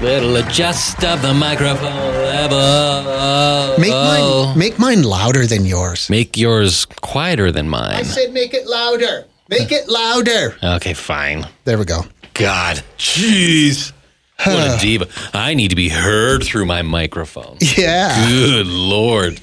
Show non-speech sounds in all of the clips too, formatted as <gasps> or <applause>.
Little adjust of the microphone level. Make mine, make mine louder than yours. Make yours quieter than mine. said make it louder. Make it louder. Okay, fine. There we go. God, jeez. What a diva. I need to be heard through my microphone. Yeah. Good lord.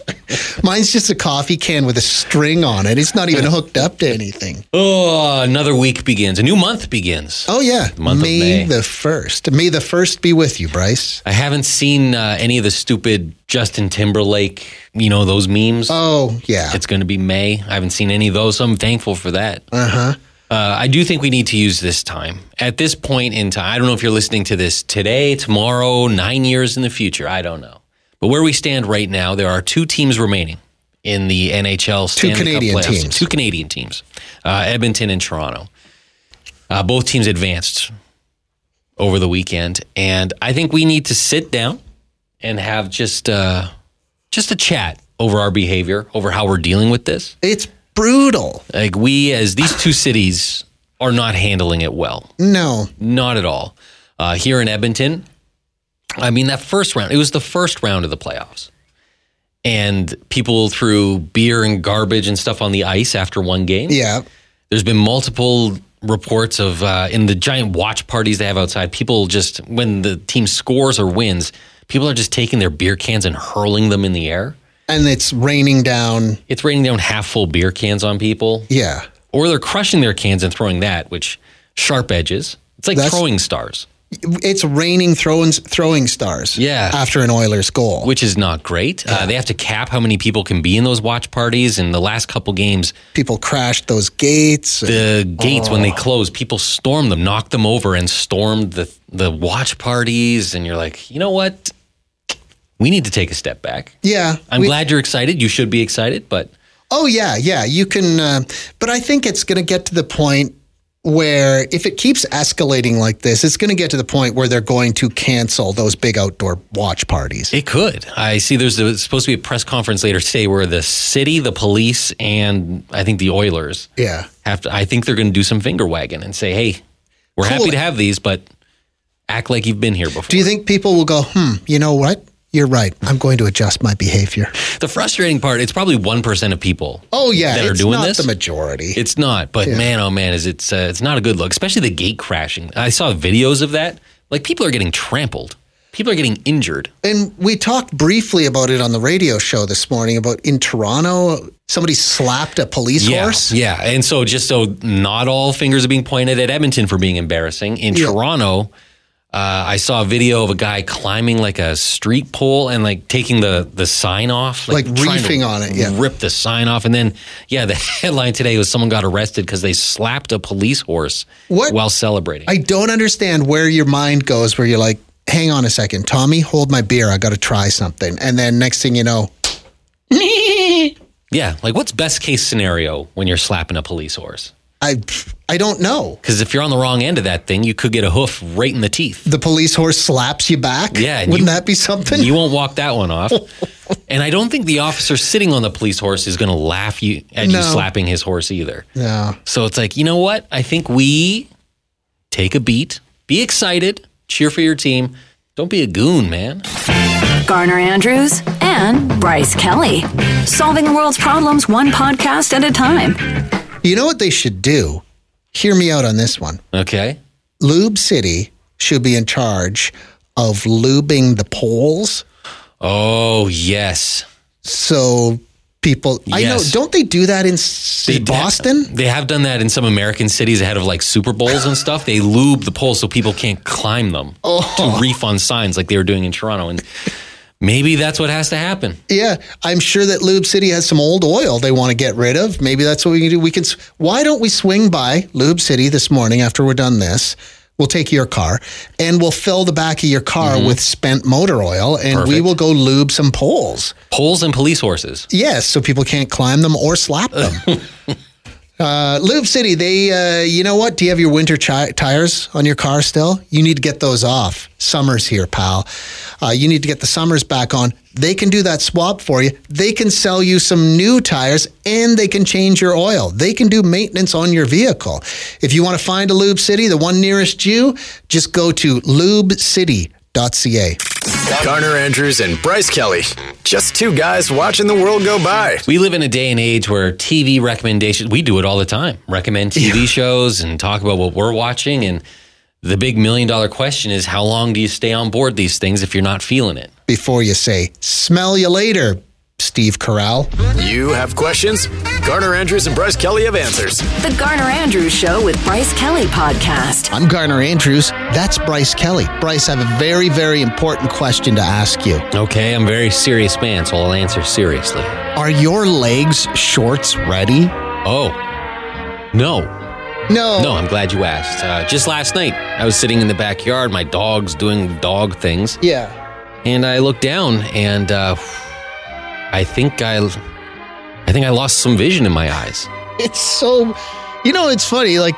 Mine's just a coffee can with a string on it. It's not even hooked up to anything. Oh, another week begins. A new month begins. Oh, yeah. month of May, May. the 1st. May the 1st be with you, Bryce. I haven't seen uh, any of the stupid Justin Timberlake, you know, those memes. Oh, yeah. It's going to be May. I haven't seen any of those, so I'm thankful for that. Uh-huh. I do think we need to use this time. At this point in time, I don't know if you're listening to this today, tomorrow, nine years in the future. I don't know. But where we stand right now, there are two teams remaining in the NHL Stanley Canadian Cup playoffs. teams. Two Canadian teams, uh, Edmonton and Toronto. Uh, both teams advanced over the weekend, and I think we need to sit down and have just uh, just a chat over our behavior, over how we're dealing with this. It's brutal. Like we, as these two cities, are not handling it well, No. not at all. Uh, here in Edmonton, I mean that first round, it was the first round of the playoffs, and people threw beer and garbage and stuff on the ice after one game. Yeah. There's been multiple reports of uh, in the giant watch parties they have outside. People just when the team scores or wins, people are just taking their beer cans and hurling them in the air. And it's raining down. It's raining down half full beer cans on people, Yeah. or they're crushing their cans and throwing that, which sharp edges. It's like That's- throwing stars, It's raining throwing, throwing stars. Yeah. After an Oilers goal. which is not great. Uh, they have to cap how many people can be in those watch parties. And the last couple games, People crashed those gates. the gates when they close, people stormed them, knocked them over, and stormed the the watch parties. And you're like, you know what? We need to take a step back. yeah. I'm we- glad you're excited. You should be excited, but Oh yeah, yeah. You can, uh, but I think it's going to get to the point where if it keeps escalating like this, it's going to get to the point where they're going to cancel those big outdoor watch parties. It could. I see there's a, supposed to be a press conference later today where the city, the police, and I think the Oilers yeah, have to, I think they're going to do some finger wagging and say, hey, we're Cool. happy to have these, but act like you've been here before. do you think people will go? Hmm. You know what? You're right. I'm going to adjust my behavior. the frustrating part, it's probably 1% of people. Oh yeah, That are it's doing not this? the majority. It's not, but man, oh man, is it's uh, it's not a good look, especially the gate crashing. I saw videos of that. Like people are getting trampled, people are getting injured. and we talked briefly about it on the radio show this morning about in Toronto, somebody slapped a police Yeah, horse. Yeah. And so just so not all fingers are being pointed at Edmonton for being embarrassing. In Yeah. Toronto, uh, I saw a video of a guy climbing like a street pole and like taking the the sign off, Like trying to reefing on it, yeah. rip the sign off, and then yeah, the <laughs> headline today was someone got arrested because they slapped a police horse What? while celebrating. I don't understand where your mind goes where you're like, hang on a second, Tommy, hold my beer. I got to try something. And then next thing you know, yeah, like what's best case scenario when you're slapping a police horse? I, I don't know. Because if you're on the wrong end of that thing, you could get a hoof right in the teeth. The police horse slaps you back. Yeah, and Wouldn't you- that be something? You won't walk that one <laughs> off. and I don't think the officer sitting on the police horse is going to laugh you at No. you slapping his horse either. no. So it's like, you know what? I think we take a beat, be excited, cheer for your team. Don't be a goon, man. Garner Andrews and Bryce Kelly. Solving the world's problems one podcast at a time. You know what they should do? Hear me out on this one. Okay. Lube City should be in charge of lubing the poles. Oh, yes. So people, I know, Yes. don't they do that in s- They- Boston? They have done that in some American cities ahead of like Super Bowls and stuff. They Oh. lube the poles so people can't climb them to reef on signs like they were doing in Toronto. And Maybe that's what has to happen. Yeah, I'm sure that Lube City has some old oil they want to get rid of. Maybe that's what we can do. We can. s- Why don't we swing by Lube City this morning after we're done this? We'll take your car and we'll fill the back of your car with spent motor oil, and we Mm-hmm. Perfect. will go lube some poles. Poles and police horses. Yes, so people can't climb them or slap them. uh, Lube City, they, uh, you know what? Do you have your winter chi- tires on your car still? You need to get those off. Summer's here, pal. Uh, you need to get the summers back on. They can do that swap for you. They can sell you some new tires and they can change your oil. They can do maintenance on your vehicle. If you want to find a Lube City, the one nearest you, just go to lubecity.ca. Garner Andrews and Bryce Kelly. Just two guys watching the world go by. We live in a day and age where TV recommendations, we do it all the time, recommend TV shows and talk about what we're watching. And the big million dollar question is how long do you stay on board these things if you're not feeling it? Before you say, smell you later, Steve Corral. You have questions? Garner Andrews and Bryce Kelly have answers. The Garner Andrews Show with Bryce Kelly Podcast. I'm Garner Andrews. That's Bryce Kelly. Bryce, I have a very, very important question to ask you. Okay, I'm a very serious man, so I'll answer seriously. Are your legs shorts ready? Oh, no. No. No, I'm glad you asked. Uh, just last night, I was sitting in the backyard. My dog's doing dog things, Yeah. and I looked down, and uh, I think I, I think I lost some vision in my eyes. It's so, you know, it's funny. Like,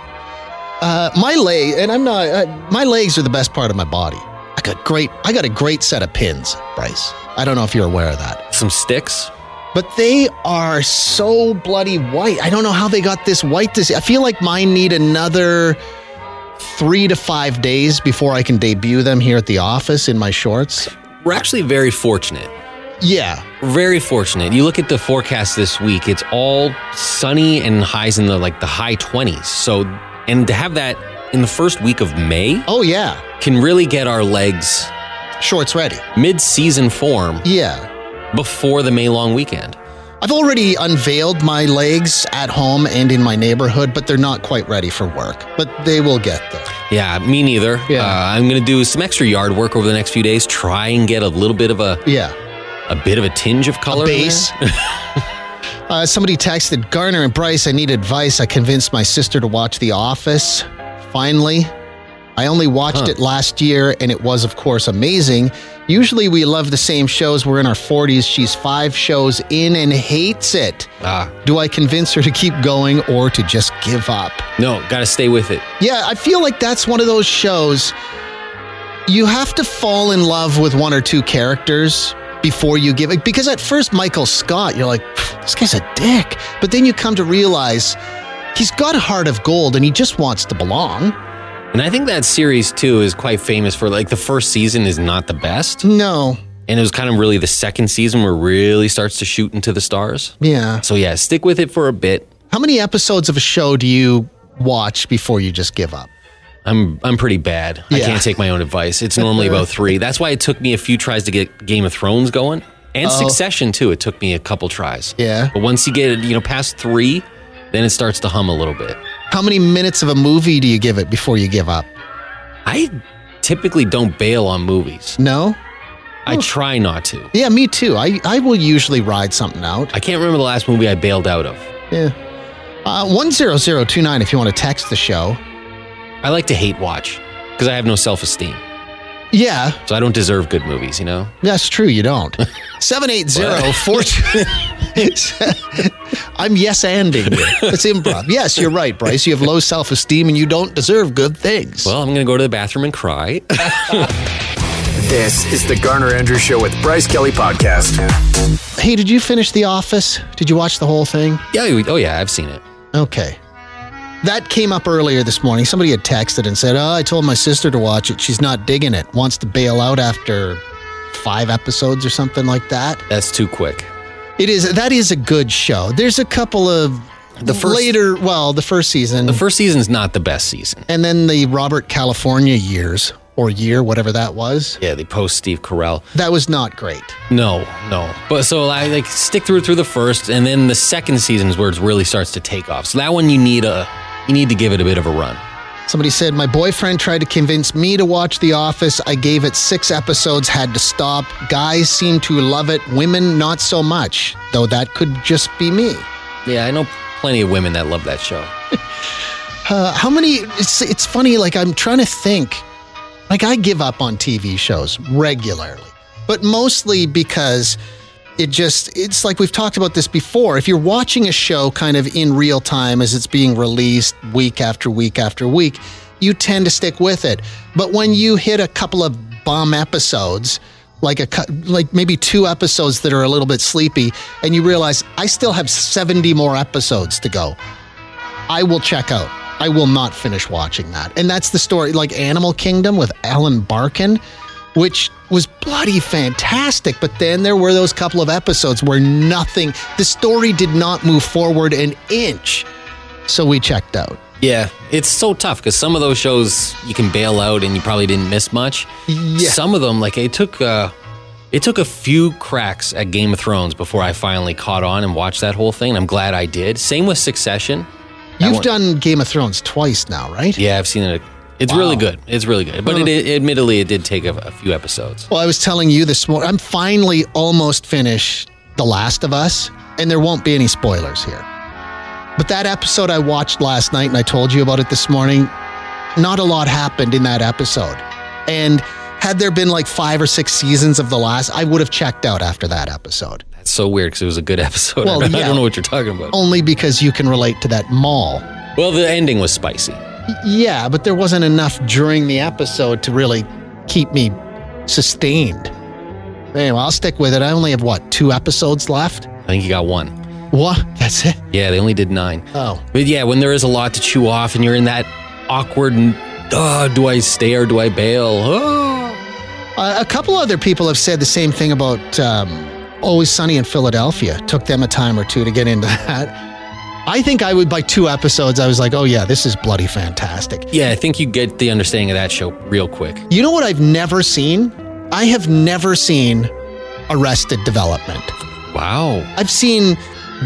uh, my leg, and I'm not, uh, my legs are the best part of my body. I got great, I got a great set of pins, Bryce. I don't know if you're aware of that, Some sticks. but they are so bloody white. I don't know how they got this white. This, I feel like mine need another three to five days before I can debut them here at the office in my shorts. We're actually very fortunate. Yeah. Very fortunate. You look at the forecast this week; it's all sunny and highs in the like the high 20s. So, and to have that in the first week of May Oh yeah. can really get our legs Shorts ready. mid-season form Yeah. before the May long weekend. I've already unveiled my legs at home and in my neighborhood, but they're not quite ready for work. But they will get there. Yeah, me neither. Yeah. Uh, I'm going to do some extra yard work over the next few days, try and get a little bit of a Yeah. a bit of a tinge of color. in there. Base. <laughs> uh, somebody texted Garner and Bryce, I need advice. I convinced my sister to watch The Office. Finally. I only watched it last year, and it was, of course, amazing. Usually, we love the same shows. We're in our 40s. She's five shows in and hates it. Ah, Do I convince her to keep going or to just give up? no, got to stay with it. Yeah, I feel like that's one of those shows you have to fall in love with one or two characters before you give it. Because at first, Michael Scott, you're like, "Pfft, this guy's a dick. But then you come to realize he's got a heart of gold and he just wants to belong. And I think that series too is quite famous for like the first season is not the best, No. and it was kind of really the second season where it really starts to shoot into the stars. Yeah. So yeah, stick with it for a bit. How many episodes of a show do you watch before you just give up? I'm I'm pretty bad. I Yeah. can't take my own <laughs> advice. It's normally about three. That's why it took me a few tries to get Game of Thrones going, and Succession too. It took me a couple tries. Oh. Yeah. but once you get you know past three, then it starts to hum a little bit. How many minutes of a movie do you give it before you give up? I typically don't bail on movies. No? I try not to. Yeah, me too. I, I will usually ride something out. I can't remember the last movie I bailed out of. Yeah. Uh, 10029 if you want to text the show. I like to hate watch because I have no self esteem, Yeah, so I don't deserve good movies. You know, that's true. You don't. 780 <laughs> I'm yes anding you. It's improv. Yes, you're right, Bryce. You have low self esteem and you don't deserve good things. well, I'm gonna go to the bathroom and cry. <laughs> This is the Garner Andrews Show with Bryce Kelly Podcast. hey, did you finish The Office? Did you watch the whole thing? yeah, oh yeah, I've seen it. Okay. That came up earlier this morning. Somebody had texted and said, Oh, I told my sister to watch it. She's not digging it. Wants to bail out after five episodes or something like that. That's too quick. It is that is a good show. There's a couple of the first- later, well, the first season, The first season's not the best season. and then the Robert California years or year, whatever that was. Yeah, they post Steve Carell. That was not great. No, no. But so I like stick through through the first, and then the second season is where it really starts to take off. So that one you need a you need to give it a bit of a run. Somebody said, My boyfriend tried to convince me to watch The Office. I gave it six episodes, had to stop. Guys seem to love it, women not so much, though that could just be me. Yeah, I know plenty of women that love that show. Uh, how many? It's, it's funny, like, I'm trying to think. Like, I give up on TV shows regularly, but mostly because it just it's like we've talked about this before if you're watching a show kind of in real time as it's being released week after week after week you tend to stick with it but when you hit a couple of bomb episodes like a cou- like maybe two episodes that are a little bit sleepy and you realize I still have 70 more episodes to go I will check out. I will not finish watching that. And that's the story, like Animal Kingdom with Alan Barkin, which was bloody fantastic. But then there were those couple of episodes where nothing, the story did not move forward an inch. So we checked out. Yeah, it's so tough because some of those shows you can bail out and you probably didn't miss much. Yeah. Some of them, like it took, uh, it took a few cracks at Game of Thrones before I finally caught on and watched that whole thing. And I'm glad I did. Same with Succession. You've one- done Game of Thrones twice now, right? Yeah, I've seen it. It's really good. It's really good. But it, it, admittedly, it did take a, a few episodes. Well, I was telling you this morning, I'm finally almost finished The Last of Us, and there won't be any spoilers here. But that episode I watched last night, and I told you about it this morning, not a lot happened in that episode. And had there been like five or six seasons of The Last, I would have checked out after that episode. That's so weird because it was a good <laughs> episode. Well, I yeah. don't know what you're talking about. Only because you can relate to that mall. Well, the ending was spicy. Yeah, but there wasn't enough during the episode to really keep me sustained. Anyway, I'll stick with it. I only have what, two episodes left? I think you got one. What? That's it? Yeah, they only did nine. Oh. But yeah, when there is a lot to chew off and you're in that awkward, uh, do I stay or do I bail? <gasps> Oh. Uh, a couple other people have said the same thing about um, Always Sunny in Philadelphia. Took them a time or two to get into <laughs> that. I think I would, by two episodes, I was like, oh yeah, this is bloody fantastic. Yeah, I think you get the understanding of that show real quick. You know what I've never seen? I have never seen Arrested Development. Wow. I've seen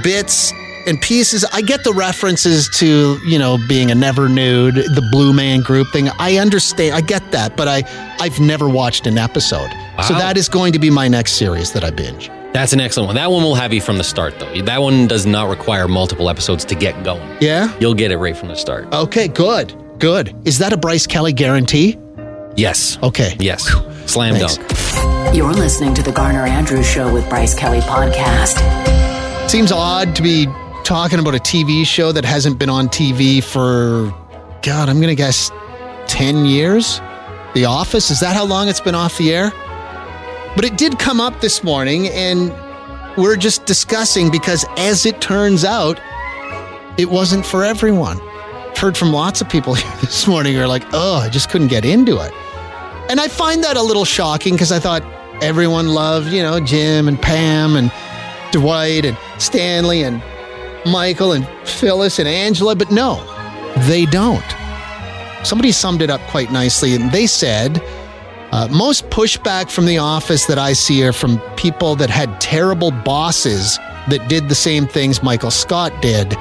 bits and pieces. I get the references to, you know, being a never nude, the blue man group thing. I understand. I get that, but I I've never watched an episode. So Wow. that is going to be my next series that I binge. That's an excellent one. That one will have you from the start, though. That one does not require multiple episodes to get going. Yeah? You'll get it right from the start. Okay, good. Good. Is that a Bryce Kelly guarantee? Yes. Okay. Yes. Slam Thanks. dunk. You're listening to the Garner Andrews Show with Bryce Kelly Podcast. Seems odd to be talking about a TV show that hasn't been on TV for God, I'm gonna guess ten years? The Office? Is that how long it's been off the air? But it did come up this morning, and we're just discussing because, as it turns out, it wasn't for everyone. I've heard from lots of people <laughs> this morning who are like, oh, I just couldn't get into it. And I find that a little shocking because I thought everyone loved, you know, Jim and Pam and Dwight and Stanley and Michael and Phyllis and Angela, but no, they don't. Somebody summed it up quite nicely, and they said, uh, most pushback from the office that I see are from people that had terrible bosses that did the same things Michael Scott did,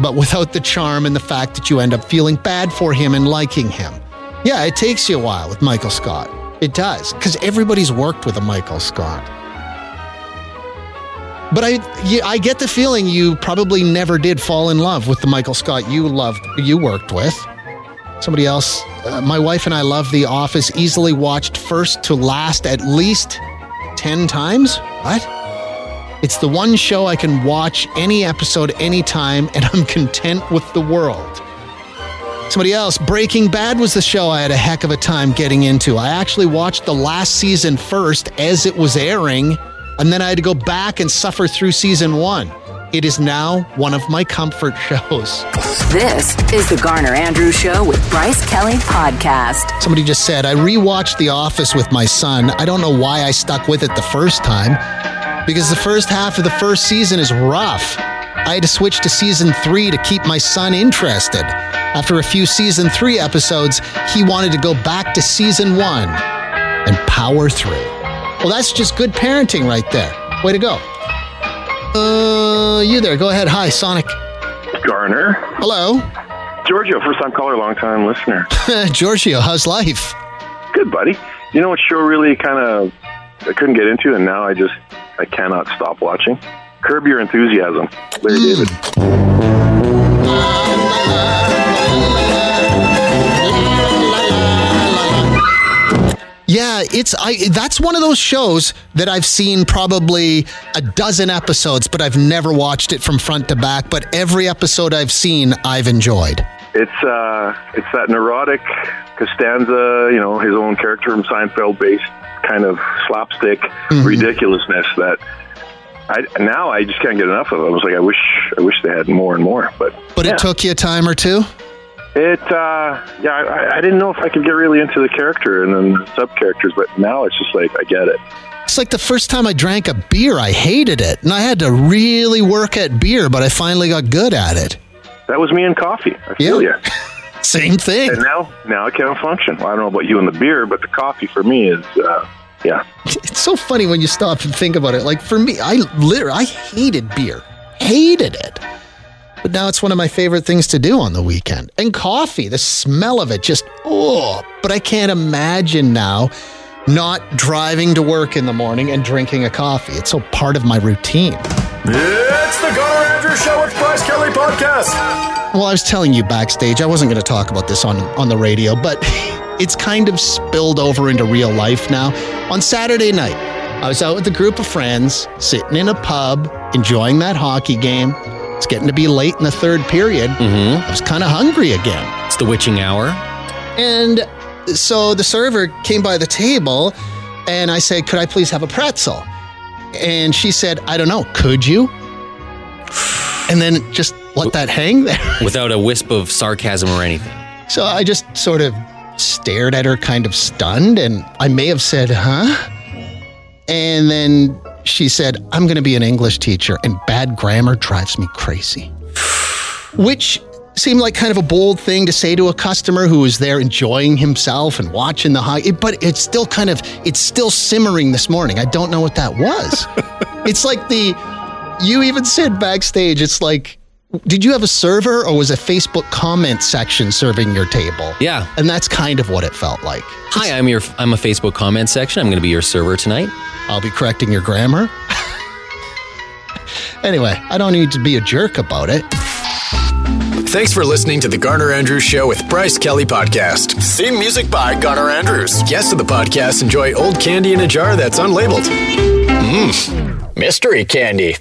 but without the charm and the fact that you end up feeling bad for him and liking him. Yeah, it takes you a while with Michael Scott. It does, because everybody's worked with a Michael Scott. But I, you, I get the feeling you probably never did fall in love with the Michael Scott you loved, you worked with. Somebody else, uh, my wife and I love The Office, easily watched first to last at least 10 times. What? It's the one show I can watch any episode anytime, and I'm content with the world. Somebody else, Breaking Bad was the show I had a heck of a time getting into. I actually watched the last season first as it was airing, and then I had to go back and suffer through season one. It is now one of my comfort <laughs> shows. This is the Garner Andrews Show with Bryce Kelly Podcast. Somebody just said, I rewatched The Office with my son. I don't know why I stuck with it the first time because the first half of the first season is rough. I had to switch to season three to keep my son interested. After a few season three episodes, he wanted to go back to season one and power through. Well, that's just good parenting right there. Way to go. Uh, you there. Go ahead. Hi, Sonic. Garner, Hello. <laughs> Giorgio, first time caller, long time listener. Giorgio, how's life? Good, buddy. You know what show really kind of I couldn't get into, and now I just I cannot stop watching. Curb Your Enthusiasm, Larry David. Yeah, it's I that's one of those shows that I've seen probably a dozen episodes, but I've never watched it from front to back, but every episode I've seen I've enjoyed. It's uh, it's that neurotic Costanza, you know, his own character from Seinfeld, based kind of slapstick ridiculousness that. I, now I just can't get enough of it. I was like, I wish, I wish they had more and more. But But yeah. it took you a time or two? It, uh, yeah, I, I didn't know if I could get really into the character and then the sub characters, but now it's just like I get it. It's like the first time I drank a beer, I hated it. And I had to really work at beer, but I finally got good at it. That was me and coffee. I feel Yeah. ya. Same thing. And now, now I can't function. Well, I don't know about you and the beer, but the coffee for me is, uh, yeah. It's so funny when you stop and think about it. Like for me, I literally I hated beer. Hated it. But now it's one of my favorite things to do on the weekend. And coffee, the smell of it just oh, but I can't imagine now not driving to work in the morning and drinking a coffee. It's so part of my routine. It's the Garner Andrews Show with Bryce Kelly Podcast. Well, I was telling you backstage, I wasn't going to talk about this on, on the radio, but <laughs> it's kind of spilled over into real life now. On Saturday night, I was out with a group of friends, sitting in a pub, enjoying that hockey game. It's getting to be late in the third period. Mm-hmm. I was kind of hungry again. It's the witching hour. And so the server came by the table and I said, Could I please have a pretzel? And she said, I don't know, could you? <sighs> And then just let that hang there. Without a wisp of sarcasm or anything. So I just sort of stared at her, kind of stunned, and I may have said, huh? And then she said, I'm going to be an English teacher, and bad grammar drives me crazy. <sighs> Which seemed like kind of a bold thing to say to a customer who was there enjoying himself and watching the high, but it's still kind of, it's still simmering this morning. I don't know what that was. it's like the, you even said backstage, it's like, did you have a server or was a Facebook comment section serving your table? Yeah. And that's kind of what it felt like. Hi, I'm your. I'm a Facebook comment section. I'm going to be your server tonight. I'll be correcting your grammar. <laughs> anyway, I don't need to be a jerk about it. Thanks for listening to the Garner Andrews Show with Bryce Kelly Podcast. Theme music by Garner Andrews. Guests of the podcast enjoy old candy in a jar that's unlabeled. Mmm, mystery candy.